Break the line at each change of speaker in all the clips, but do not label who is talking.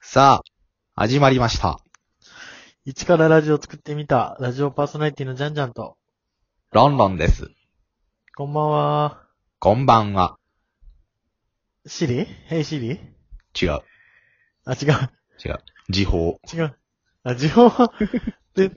さあ、始まりました。
一からラジオ作ってみた、ラジオパーソナリティのジャンジャンと、
ロンロンです。
こんばんは。
こんばんは。
シリヘイシリ
違う、
あ、違う、
違う。時報。
違う。ラジ オは、ぷ、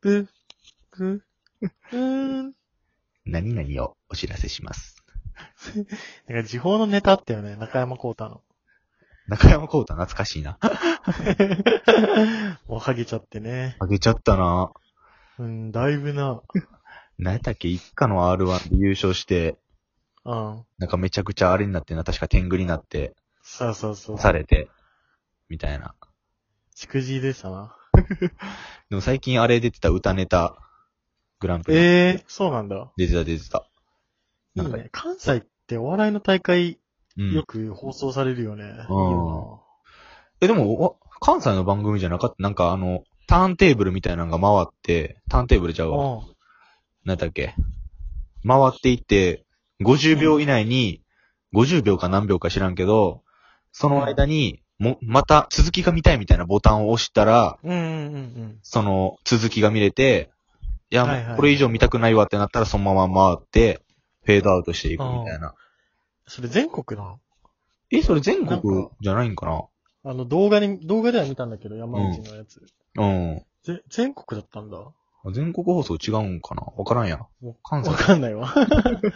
ぷ、く、うーん。
何々をお知らせします。
なんか、時報のネタあったよね、中山幸 太の。
中山幸太懐かしいな。
もう、はげちゃってね。
あげちゃったな。
うん、だいぶな。
何やったっけ一家の R1 で優勝して、
うん。
なんかめちゃくちゃあれになってな、確か天狗になって、
そうそうそう。
されて、みたいな。
しくじりでしたな。
でも最近あれ出てた歌ネタ、グランプリ。
ええー、そうなんだ。
出てた出てた。
い
なん
い
か
ね。関西ってお笑いの大会、
うん。
よく放送されるよね。うん
え、でも、わ関西の番組じゃなかったなんかあの、ターンテーブルみたいなのが回って、ターンテーブルちゃうわ。
うん。
なんだっけ回っていって、50秒以内に、50秒か何秒か知らんけど、その間に、も、また続きが見たいみたいなボタンを押したら、
うんうんうんうん。
その続きが見れて、いや、
はいはい
これ以上見たくないわってなったらそのまま回って、フェードアウトしていくみたいな。
それ全国なの
え、それ全
なん
国
か
じゃないんかな
あの、動画に、動画では見たんだけど、山口のやつ。
うん。
ぜ、全国だったんだ。わ
全国放送違うんかなわからんや。関西
かんないわ。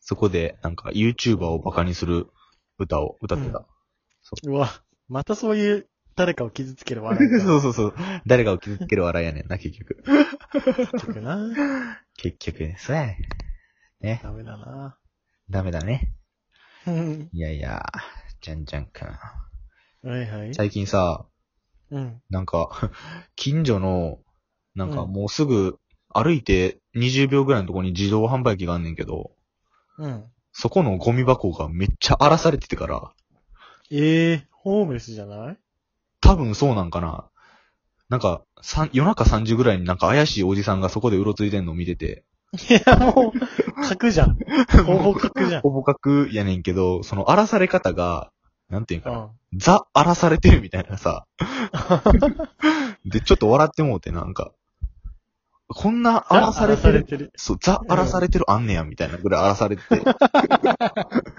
そこで、なんか、YouTuber をバカにする歌を歌ってた。
うわ、またそういう、誰かを傷つける笑い
そ
が
うそうそう。誰かを傷つける笑いやねんな、結局。
結局な。
結局ね、そうやねん。ね、
ダメだ な。
ダメだね。
うん。
いやいや、じゃんじゃんかな。
はいはい。
最近さ、
うん。
なんか、近所の、なんか
うん
もうすぐ、歩いて20秒ぐらいのとこに自動販売機があんねんけど、
うん。
そこのゴミ箱がめっちゃ荒らされててから、
ええー、ホームレスじゃない
多分そうなんかな。なんか、さん夜中3時ぐらいになんか怪しいおじさんがそこでうろついてんのを見てて、
いや、もう、格じゃん。ほぼ格じゃん。
ほぼ角やねんけど、その荒らされ方が、なんていうん
う
かな、
ん。
ザ荒らされてるみたいなさ。で、ちょっと笑ってもうて、なんか、こんな荒らされて
荒
る、
てる。
そう、ザ荒らされてるあんねや、みたいなぐらい荒らされて て。ちょっと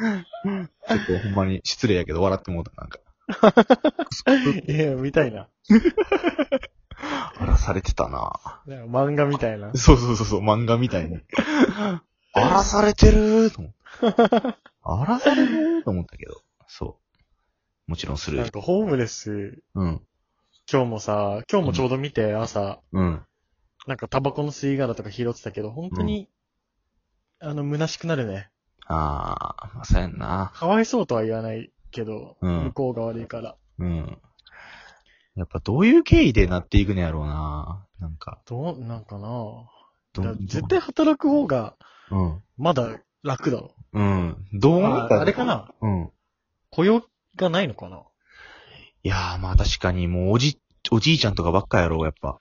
ほんまに失礼やけど笑ってもうた、なんか。
いや、見たいな。
荒らされてたな
なんか漫画みたい な。
そうそうそうそう、漫画みたいに。荒らされてるーと思って。荒らされるーと思ったけど。そう。もちろんす
なん
る。
かホームレス、
うん。
今日もさ、今日もちょうど見て、朝。
うん。
なんかタバコの吸い殻とか拾ってたけど、本当に、あの、虚しくなるね。
あー、まあ、そうやんな。
かわいそうとは言わないけど、
うん
向こうが悪いから。
うん。やっぱどういう経緯でなっていくのやろうな。なんか。
どう、なんかな
ど
だから絶対働く方が、
うん。
まだ楽だろ。
うん。どうな
あ
った
あれかな
うん。
雇用がないのかない
やー、まあ確かにもうおじ、おじいちゃんとかばっかやろう、やっぱ。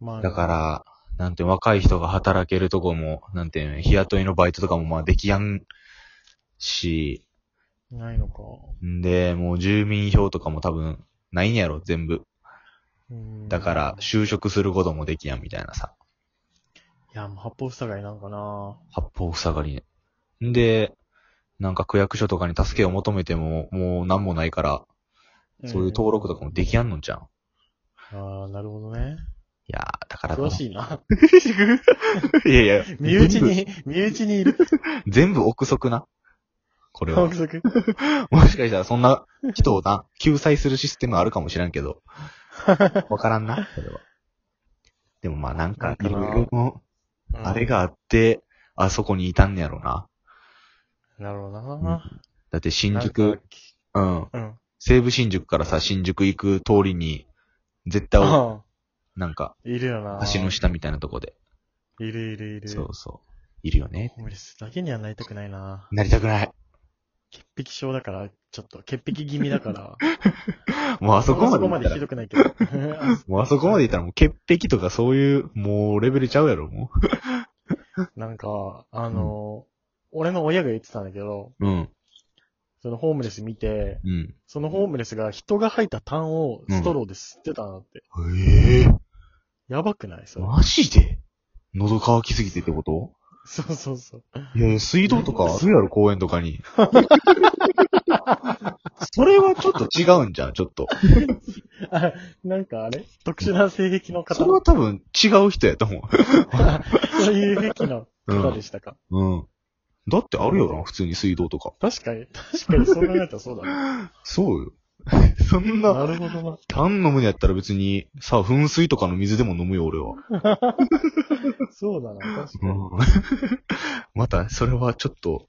まあ、
だから、なんて若い人が働けるとこも、なんて日雇いのバイトとかもまあできやんし、
ら。ないのか。
んで、もう住民票とかも多分ないんやろ、全部。
うん
だから、
い
就職することもできやんみたいなさ。
や、もう八方塞がりなんかな
八方塞がりね。んで、なんか区役所とかに助けを求めても、もう何もないから、そういう登録とかもできやんのじゃん。
ああ、なるほどね。
いやー、だから
詳しいな。
い。いやいや、
身内に、身内にいる。
全部。全部憶測な。こ れは
憶。測
もしかしたらそんな人をな、救済するシステムあるかもしれんけ ど。わからんな、それは。でもまあなんか、い
なんかな
ろいろ、あれ。があって、あそこにいたんやろな。
うんなるほどな。
だって新
なん
宿う
か、
ん。
うん。
西武新宿からさ、新宿行く通りに、絶対、
あ
なんか、
あいるよな。
橋の下みたいなとこで。
いるいるいる。
そうそう。いるよね。
ホームレスだけにはなりたくないな。
なりたくない。
潔癖症だから、ちょっと、潔癖気味だから。
もうあそこまで
そこ
行
ま
っ
で
た
ひ
ら。
どくないけど。
もうあそこまで行ったらもう潔癖とかそういう、もうレベルちゃうやろ、も
なんか、あの、俺の親が言ってたんだけど、
う。うん。
そのホームレス見て、
うん。
そのホームレスが人が吐いた痰をストローで吸ってたなって。
ええ
やばくないそれ。
マジで喉乾きすぎてってこと
そうそうそう。
いやいや、水道とかあるやろ、公園とか に。それはちょっと違うんじゃん、ちょっと。
あ、なんかあれ特殊な性癖の方
それは多分違う人やと思う。
そういう癖の方でしたか、
うん。だってあるよな、普通に水道とか。
確かに、確かにそう考えたらそうだね。
そう よ。そんな、
なるほどな。
単飲むのやったら別に、さ、噴水とかの水でも飲むよ、俺は。
そうだな、確
う
かに。
ん。 また、それはちょっと、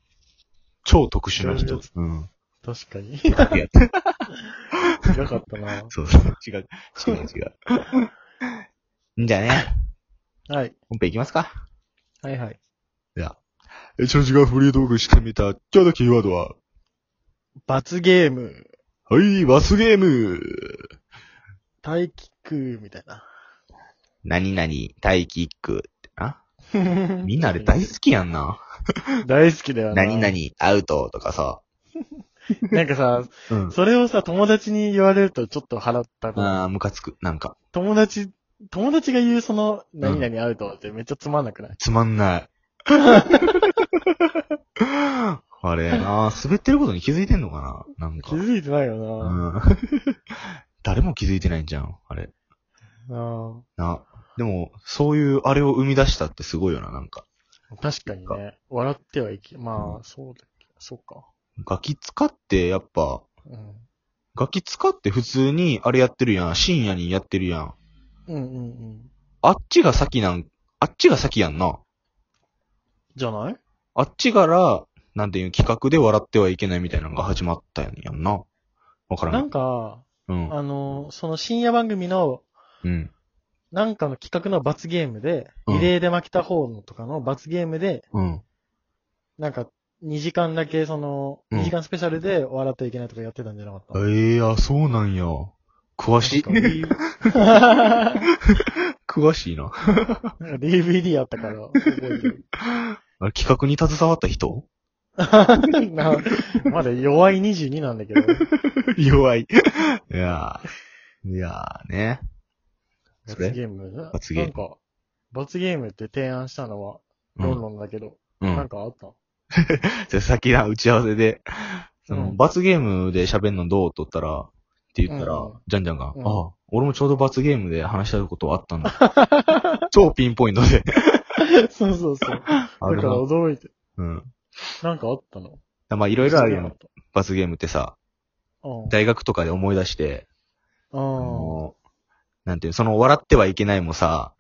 超特殊な人。 うん。
確かに。
いや
違かった な。
そうそう。違う。違う違う。んじゃあね、
はい。
本編いきますか。
はいはい。
え、長寿がフリートークしてみた今日のキーワードは、
罰ゲーム、
はい、バスゲーム
大気空みたいな。
何々、タイキックってな。みんなあれ大好きやんな。
大好きだよな。
何々、アウトとかさ。
なんかさ、
うん。
それをさ、友達に言われるとちょっと払ったの。
あー、ムカつく。なんか、
友達、友達が言うその、何々アウトってめっちゃつまんなくない、
つまんない。あれな、滑ってることに気づいてんのかななんか
気。づいてないよな。
うん誰も気づいてないんじゃん、あれ。
あ
な。でも、そういうあれを生み出したってすごいよな、なんか。
あ確かにね。笑ってはいけ、まあ、そうだっけ、そうか。
ガキ使って、やっぱ、
うん。
ガキ使って普通にあれやってるやん。深夜にやってるやん。
うんうんうん。
あっちが先なん、あっちが先やんな。
じゃない
あっちから、なんていう企画で笑ってはいけないみたいなのが始まったやんやんな。わから。
なんんか、
うん。
あの、その深夜番組の、
うん。
なんかの企画の罰ゲームで、
うん
リレーで負けた方のとかの罰ゲームで、
うん。
なんか、2時間だけ、その、
うん
2時間スペシャルで笑ってはいけないとかやってたんじゃなかった、
ええあ、そうなんや。詳しい。
確か
詳しいな。
なんか DVD あったから、覚えて る。
あれ企画に携わった 人
なまだ弱い22なんだけど。
弱い。いやー。いやーね。それ
罰ゲーム
罰ゲーム
なんか、罰ゲームって提案したのは、ロンロンだけど、
う
なん
ん。
かあった
じゃあさっきな、打ち合わせで、その、
うん
罰ゲームで喋んのどうとったら、って言ったら、
うん
ジャンジャンが、
うん
ああ、俺もちょうど罰ゲームで話したいことあったんだ。 超ピンポイントで。
そうそうそう。だか
あれ
ら
な。
驚いて。
うん。
なんかあったの
まあ、いろいろあるやん。。罰ゲームってさ、
うん。
大学とかで思い出して、
う
あ
ん。
の、なんていうの、その、笑ってはいけないもさ、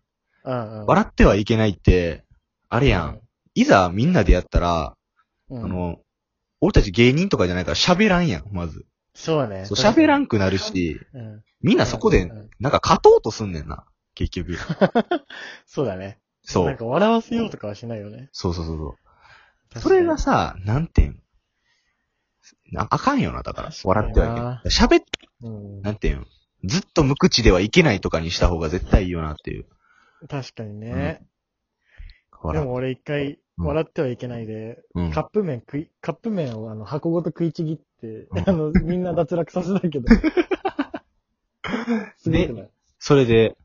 笑ってはいけないって、あれ
う
やん。。いざみんなでやったら、
うん
あ、の、俺たち芸人とかじゃないから喋らんやん、まず。
そうね。
そう喋らんくなるし、
うん。
みんなそこ
う
で
ん、うん
なんか勝とうとすんねんな、結局。
そうだね。
そ
なん
う。
か笑わせようとかはしないよね。
そうそうそうそう。
確
そ
かに
れが、さ、なんていうんなあかんよな、だから
確。かにな
笑ってはいけない。喋っ、
うん
な。んていうんずっと無口ではいけないとかにした方が絶対いいよなっていう。
確かにね。で
笑
も俺一回、
うん
笑ってはいけないで、
う。うん
カ。ップ麺食い、カップ麺をあの箱ごと食いちぎって
う、ん
あの、みんな脱落させたけど。 すごくない
それで、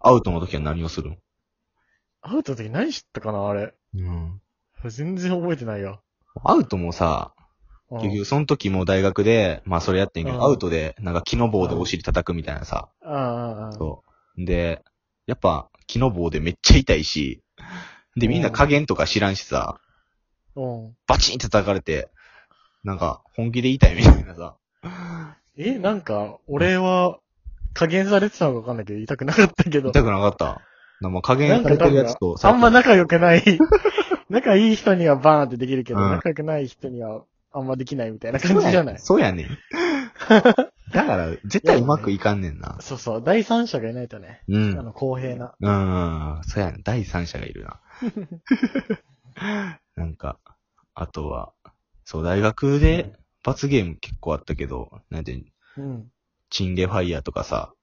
アウトの時は何をするの
アウトの時何したかなあれ。
うん。
全然覚えてないよ。
アウトもさ、
うん
結局、その時も大学で、まあそれやってんけ
う
ど、
ん
アウトで、なんか木の棒でお尻叩くみたいなさ。
ああ、ああ、ああ。
そう。で、やっぱ木の棒でめっちゃ痛いし、で、みんな加減とか知らんしさ、
うん。
バチンって叩かれて、なんか本気で痛いみたいなさ。
え、なんか、俺は、加減されてたのかわかんないけど、痛くなかったけど。
痛くなかった。なまあ加
な
減
ん
さ
か
れてるやつと
あんま
な、
仲良くない。仲いい人にはバーンってできるけど、
うん
仲良くない人にはあんまできないみたいな
そう
感じじ
や
ゃ
ね
なんい
そうやねん。 だから、絶対うまくいかんねんな。
そうそう、第三者がいないとね。
う
あ
ん。
の、公平な。
うん。そうやねん。第三者がいる な。なんか、あとは、そう、大学で罰ゲーム結構あったけど、なんていうの、
うん。
チンゲファイヤーとかさ。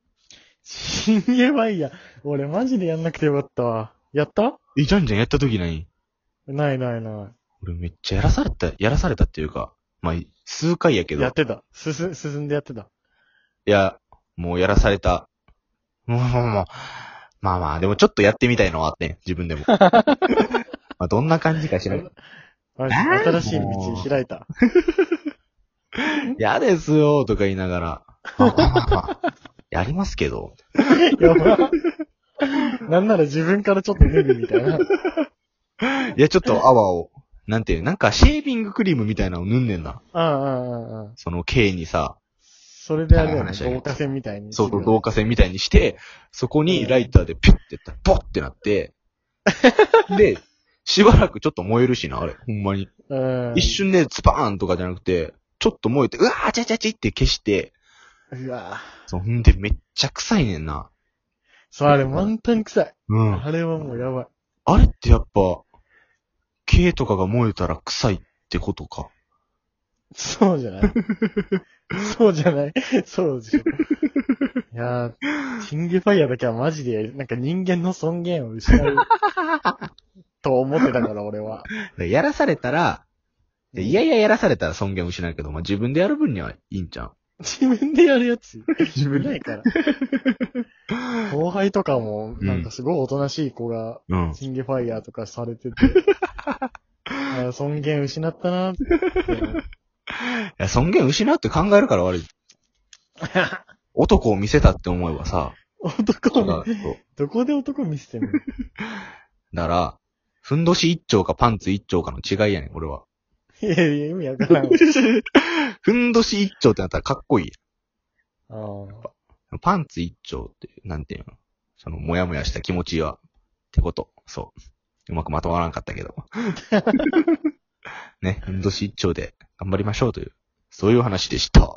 死んげばいいや。俺マジでやんなくてよかったわ。やった
え、じゃんじゃんやった時ない
ないないない。
俺めっちゃやらされた、やらされたっていうか、まあ、数回やけど、
やっ
い
てた。進、進んでやってた。
や、もうやらされた。もう、もう、まあまあ、でもちょっとやってみたいのはあってん、自分で も。まあどんな感じか知らん。い
あ
ー
新しい道開いた。
やですよ、とか言いながら。まあまあまあまあやりますけど。
やば。なんなら自分からちょっと脱ぐみた いな。
いや、ちょっと泡を、なんていう、なんかシェービングクリームみたいなのを塗んねんな。
ああ、ああ、ああ。
その毛にさ、
それであれだね、
話だけど
導火線みたいに。
そう、導火線みたいにして、そこにライターでピュッてやったら、ポッってなって、で、しばらくちょっと燃えるしな、あれ、ほんまに。
うん。
一。瞬でズバーンとかじゃなくて、ちょっと燃えて、うわーちゃちゃちゃって消して、
うわ
そんでめっちゃ臭いねんな。
そう、あれ、満タン臭い。
うん。
あれはもうやばい。
あれってやっぱ、毛とかが燃えたら臭いってことか。
そうじゃないそうじゃないそうでしょ。いやー、キングファイヤーだけはマジで、なんか人間の尊厳を失う。と思ってたから、俺は。
やらされたら、でいやいややらされたら尊厳失うけど、まあ、自分でやる分にはいいんじゃん。
自分でやるやつ。
自
危ないから。後輩とかも、なんかすごいおとなしい子が、
うん。
キングファイヤーとかさ れてて、あー尊厳失ったなーって。
いや、尊厳失うって考えるから悪い。男を見せたって思えばさ、
男
だ
を、
からそう
どこで男見せてんの
だから、ふんどし一丁かパンツ一丁かの違いやねん、俺は。
いやいや、意味わからんわ。
ふんどし一丁ってなったらかっこいい
あー
やん。パンツ一丁って、なんていうのその、もやもやした気持ちは、ってこと。そう。うまくまとまらんかった けど。ね、ふんどし一丁で頑張りましょうという、そういう話でした。